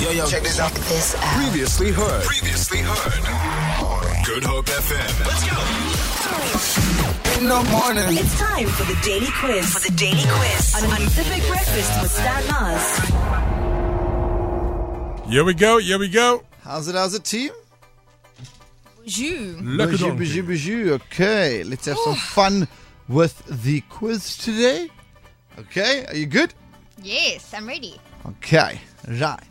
Yo, yo. Check this out. This out. Previously heard. Previously heard. Good Hope FM. Let's go. In the morning. It's time for the daily quiz. For the daily quiz on, on the Big Breakfast with Stan Mars. Here we go. Here we go. How's it, how's it, team? Bonjour. Look Bijou, bijou, bijou. Okay, let's have some fun with the quiz today. Okay, are you good? Yes, I'm ready. Okay, right.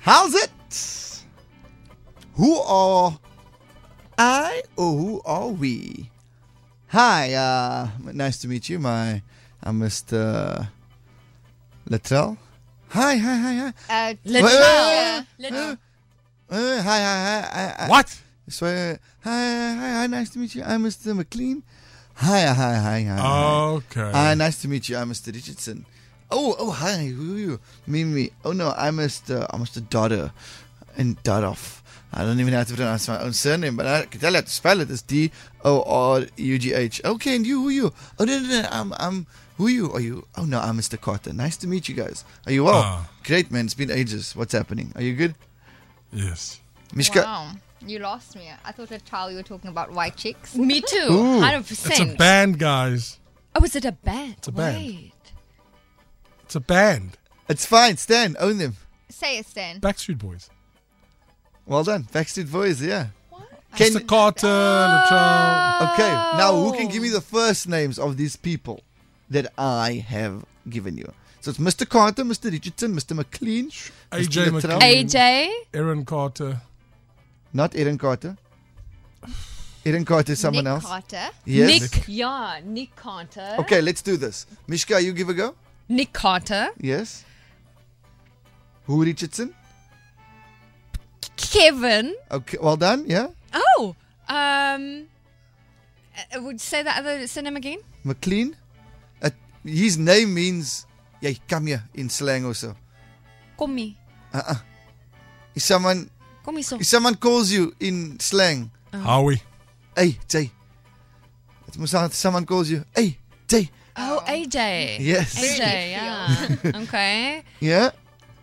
How's it? Who are I or who are we? Hi, uh, nice to meet you. My, uh, I'm Mr. Latrell. Hi, hi, hi, hi. Uh, Wait, wait, Latrell. wait, wait. Lat- Uh, hi, hi, hi, hi. What? So, uh, hi, hi, hi, nice to meet you. I'm Mr. McLean. Hi, hi, hi, hi. Oh, hi. Okay. Hi, nice to meet you. I'm Mr. Richardson. Oh, oh, hi, who are you? Me, me. Oh, no, I'm Mr. I'm Mr. Dodder and Dodoff. I don't even know how to pronounce my own surname, but I can tell you how to spell it. It's D O R U G H. Okay, and you, who are you? Oh, no, no, no, I'm, I'm, who are you? Are you? Oh, no, I'm Mr. Carter. Nice to meet you guys. Are you well? Ah. Great, man. It's been ages. What's happening? Are you good? Yes. Mishka. Wow. You lost me. I thought Latrell, you were talking about white chicks. Me too. Ooh. Hundred It's a percent. band, guys. Oh, is it a band? It's a band. Wait. It's a band. It's fine. Stan, own them. Say it, Stan. Backstreet Boys. Well done. Backstreet Boys, yeah. Can, Mr. Carter, Oh. Latrell. okay, now who can give me Oh. the first names of these people that I have given you? So it's Mr. Carter, Mr. Richardson, Mr. McLean, AJ Mr. Latrell. McLean. AJ. Aaron Carter. not Aaron Carter. Aaron Carter is someone Nick else. Carter. Yes. Nick. Yeah, Nick Carter. Okay, let's do this. Mishka, you give a go? Nick Carter. Yes. Who Richardson? Kevin. Okay, well done, yeah. Oh. Um. uh, Would you say the other surname again? McLean. Uh, his name means, yeah, come here in slang also. Komi. If someone, Komi so. if someone calls you in slang, Oh. Howie. Hey, Jay. It must sound- someone calls you. Hey, Jay. Oh, AJ. Yes. AJ. Yeah. okay. Yeah.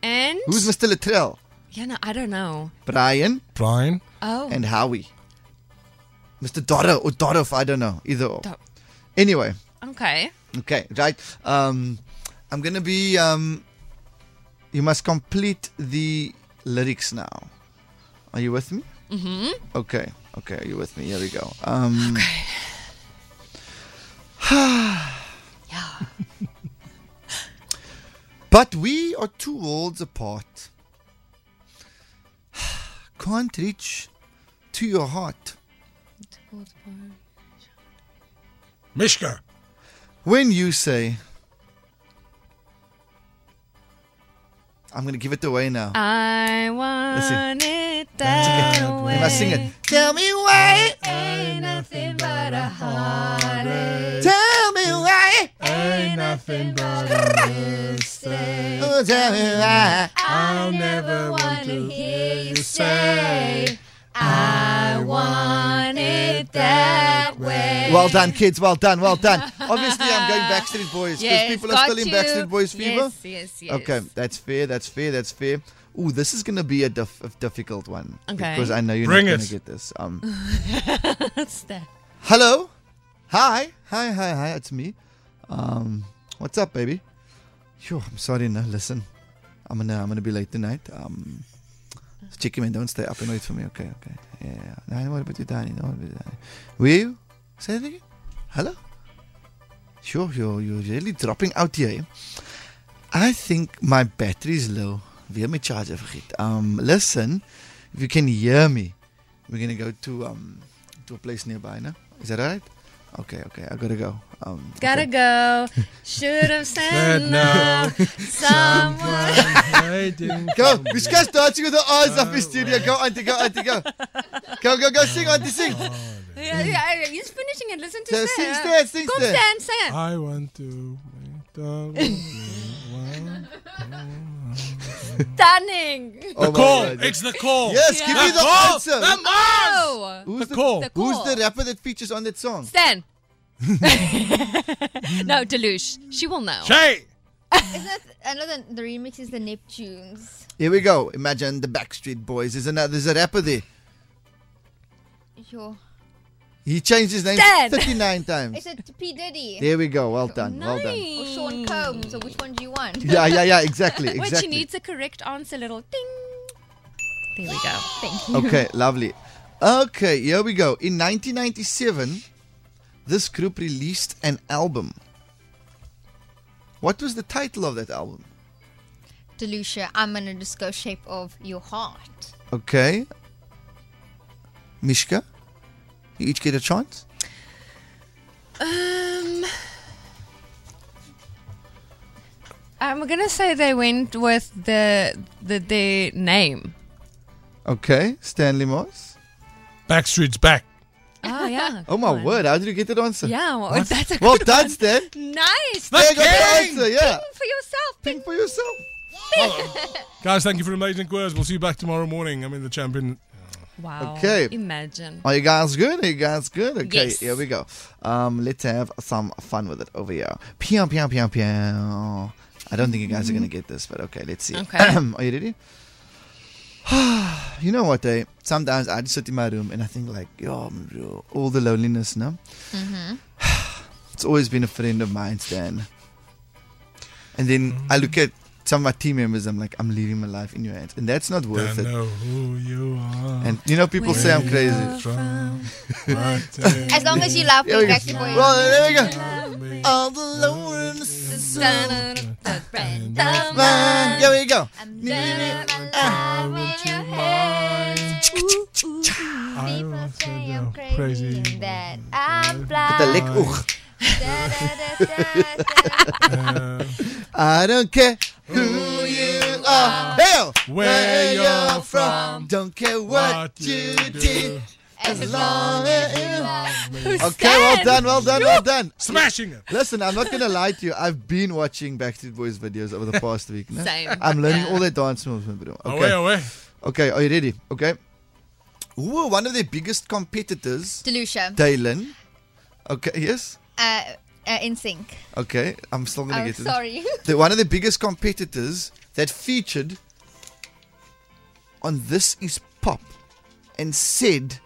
And Who's Mr. Littrell? Yeah, no, I don't know. Brian Brian. Oh. and Howie. Mr. Doro or Dorof, I don't know. Either or. Do- Anyway, okay. okay, right. Um, I'm gonna be. Um, you must complete the lyrics now. Are you with me? Mm-hmm. Okay. Okay. Are you with me? Here we go. Um, okay. Yeah. But we are two worlds apart. Can't reach to your heart Mishka. when you say, I'm going to give it away now. I want it that way. If I sing it, tell me why, Ain't nothing but a heartache. tell me why, Ain't nothing but a mistake. oh, tell me why. I never want to hear you say, I want it that way. Well done, kids. Well done. Well done. Obviously, I'm going Backstreet Boys because people are got still in you. Backstreet Boys fever. Yes, yes, yes. Okay, that's fair. That's fair. That's fair. Ooh, this is gonna be a, dif- a difficult one. Okay. Because I know you're Bring not it. gonna get this. Um, That's that. hello, hi, hi, hi, hi. It's me. Um, what's up, baby? Phew, I'm sorry. No, listen, I'm gonna I'm gonna be late tonight. Um, check him in. Don't stay up and wait for me. Okay, okay. Yeah. yeah. No, what about you, Danny? No, what about you, Danny? Where you? Say that again. Hello. Sure, you're, you're really dropping out here. eh? I think my battery is low. Weer my charger vergeet. Um, listen, if you can hear me, we're gonna go to um to a place nearby. No, is that alright? Okay, okay, I gotta go. Um, Gotta okay. go. Should have Said said no. no. Someone. Waiting Go, for me. Mishka's dancing with her eyes Oh, up in studio. Go, auntie, go, auntie, go. Go, go, go, sing, auntie, sing. Yeah, yeah, yeah, he's finishing it. Listen to So that. sing, Stan, sing, Come, Stan. Stan, Stan. I want to make the world Stunning. Oh my Call. word. It's the call. Yes, give me the Call. answer. The mo- Oh. Who's the, call. The call. who's the rapper that features on that song? Stan. no, Deluge. She will know. Jay. Isn't that another? The remix is the Neptunes. Here we go. Imagine the Backstreet Boys. There's another. There's a rapper there. Sure. He changed his name Dan. 39 times. Is it P Diddy There we go. Well done. Well done. Nice. or Sean Combs? Or which one do you want? Yeah, yeah, yeah. Exactly. Wait, Exactly. she needs a correct answer. Little ding. There we go. Thank you. Okay, lovely. Okay, here we go. In 1997, this group released an album. What was the title of that album? Delusia, I'm in a disco shape of your heart. Okay. Mishka, you each get a chance. Um, Um, I'm gonna say they went with the the their name. Okay, Stanley Moss. Backstreet's back. Oh yeah. Oh my word, how did you get that answer? Yeah, well, What? that's a Well good done, Stan. one. That's Nice. There you go, the King! answer, yeah. Think for yourself. Think for yourself. Guys, thank you for amazing quiz. We'll see you back tomorrow morning. I'm in the champion. Wow. Okay. Imagine. Are you guys good? Are you guys good? Okay, Yes. here we go. Um, let's have some fun with it over here. Pew, pew, pew, pew. I don't think you guys are going to get this, but okay, let's see. Mm-hmm. Okay. are you ready? you know what, eh? Sometimes I just sit in my room and I think, like, yo, yo, all the loneliness, no? Mm-hmm. it's always been a friend of mine, Stan. And then I look at some of my team members, I'm like, I'm leaving my life in your hands. And that's not worth I it. know who you are. And you know, people say I'm crazy. As long as you love me, Here we go. Backstreet Boys. Well, there we go. Love All the loneliness is friend Dun- of mine. mine. Here we go. I'm living my life in your hands. People say I'm crazy and that I'm blind. The lick. Ugh. Da, da, da, da, da. I don't care who you are. Hell, Where you're from. Don't care what you did. As long as you love me. Who's Okay, well Stan? done, well done, well done. Smashing it. Listen, I'm not gonna lie to you. I've been watching Backstreet Boys videos over the past week. no? Same. I'm learning Yeah. all their dance moves, man, bro. Away, Okay, away. okay, are you ready? Okay. Who were one of their biggest competitors? Delusia, Dylan. Okay, yes. uh, uh, in sync. Okay, I'm still gonna Oh, get to this. sorry. The, one of the biggest competitors that featured on This Is Pop and said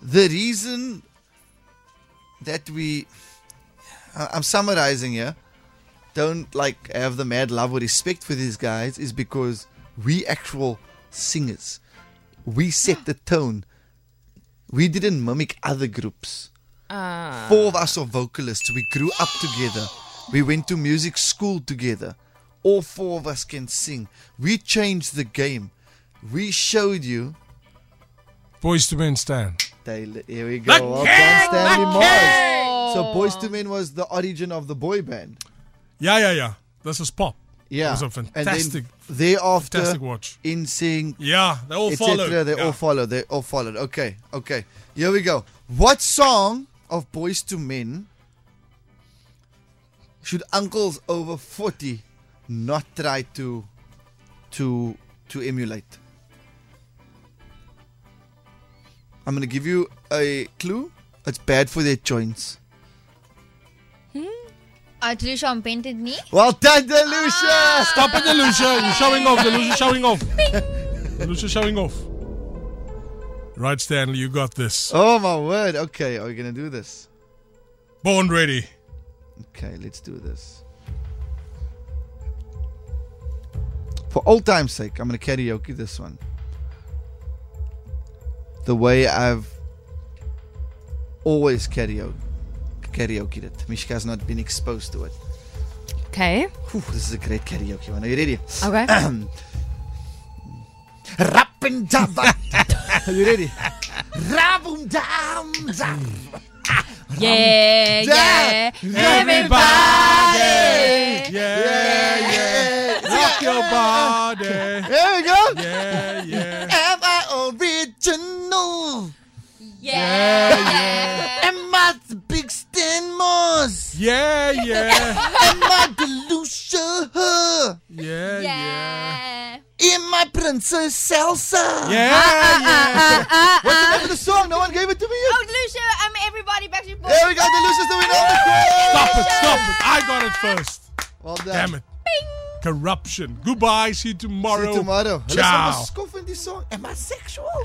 the reason that we, I- I'm summarizing here, don't like have the mad love or respect for these guys is because we actual singers, we set the tone. We didn't mimic other groups four of us are vocalists. We grew up together. We went to music school together. All four of us can sing. We changed the game. We showed you. Boys to men stand. Taylor, here we go. Well done, Stanley Morris. So Boys to Men was the origin of the boy band. Yeah, yeah, yeah. This is pop. Yeah, It was a fantastic, And then thereafter, fantastic watch. in sing, Yeah, they all followed. etc. They yeah. all followed. They all followed. Okay, okay. Here we go. What song of Boys to Men should uncles over forty not try to to to emulate? I'm gonna give you a clue. It's bad for their joints. Uh, Delusia on Bended Knee. Well done, Delucia. Stop it, Delucia. You're showing off. Delucia showing off. Delucia showing off. Right, Stanley, you got this. Oh my word. Okay, are we gonna do this? Born ready. Okay, let's do this. For old time's sake, I'm gonna karaoke this one. The way I've always karaoke karaoke it. Mishka's not been exposed to it. Okay. Whew, this is a great karaoke one. Are you ready? Okay. Rap and dab. Are you ready? Mm. Rabum dam dam. yeah, yeah. Everybody. Yeah, yeah. Rock your body. There we go. Yeah, yeah. Am I original? Yeah. Am I the big Stan Moss? Yeah, yeah. Am I the Lucia? Yeah, yeah. Am I Princess Salsa? Yeah, What's the name of the song? No one gave it to me yet. Oh, Delusia, I'm everybody Backstreet Boys. There we go. The Lucia's the winner of the quiz. Stop it, stop it. I got it first. Well done. Damn it. Corruption. Goodbye. See you tomorrow. See you tomorrow. Hulle is Ciao. almal skof in die song. Am I sexual?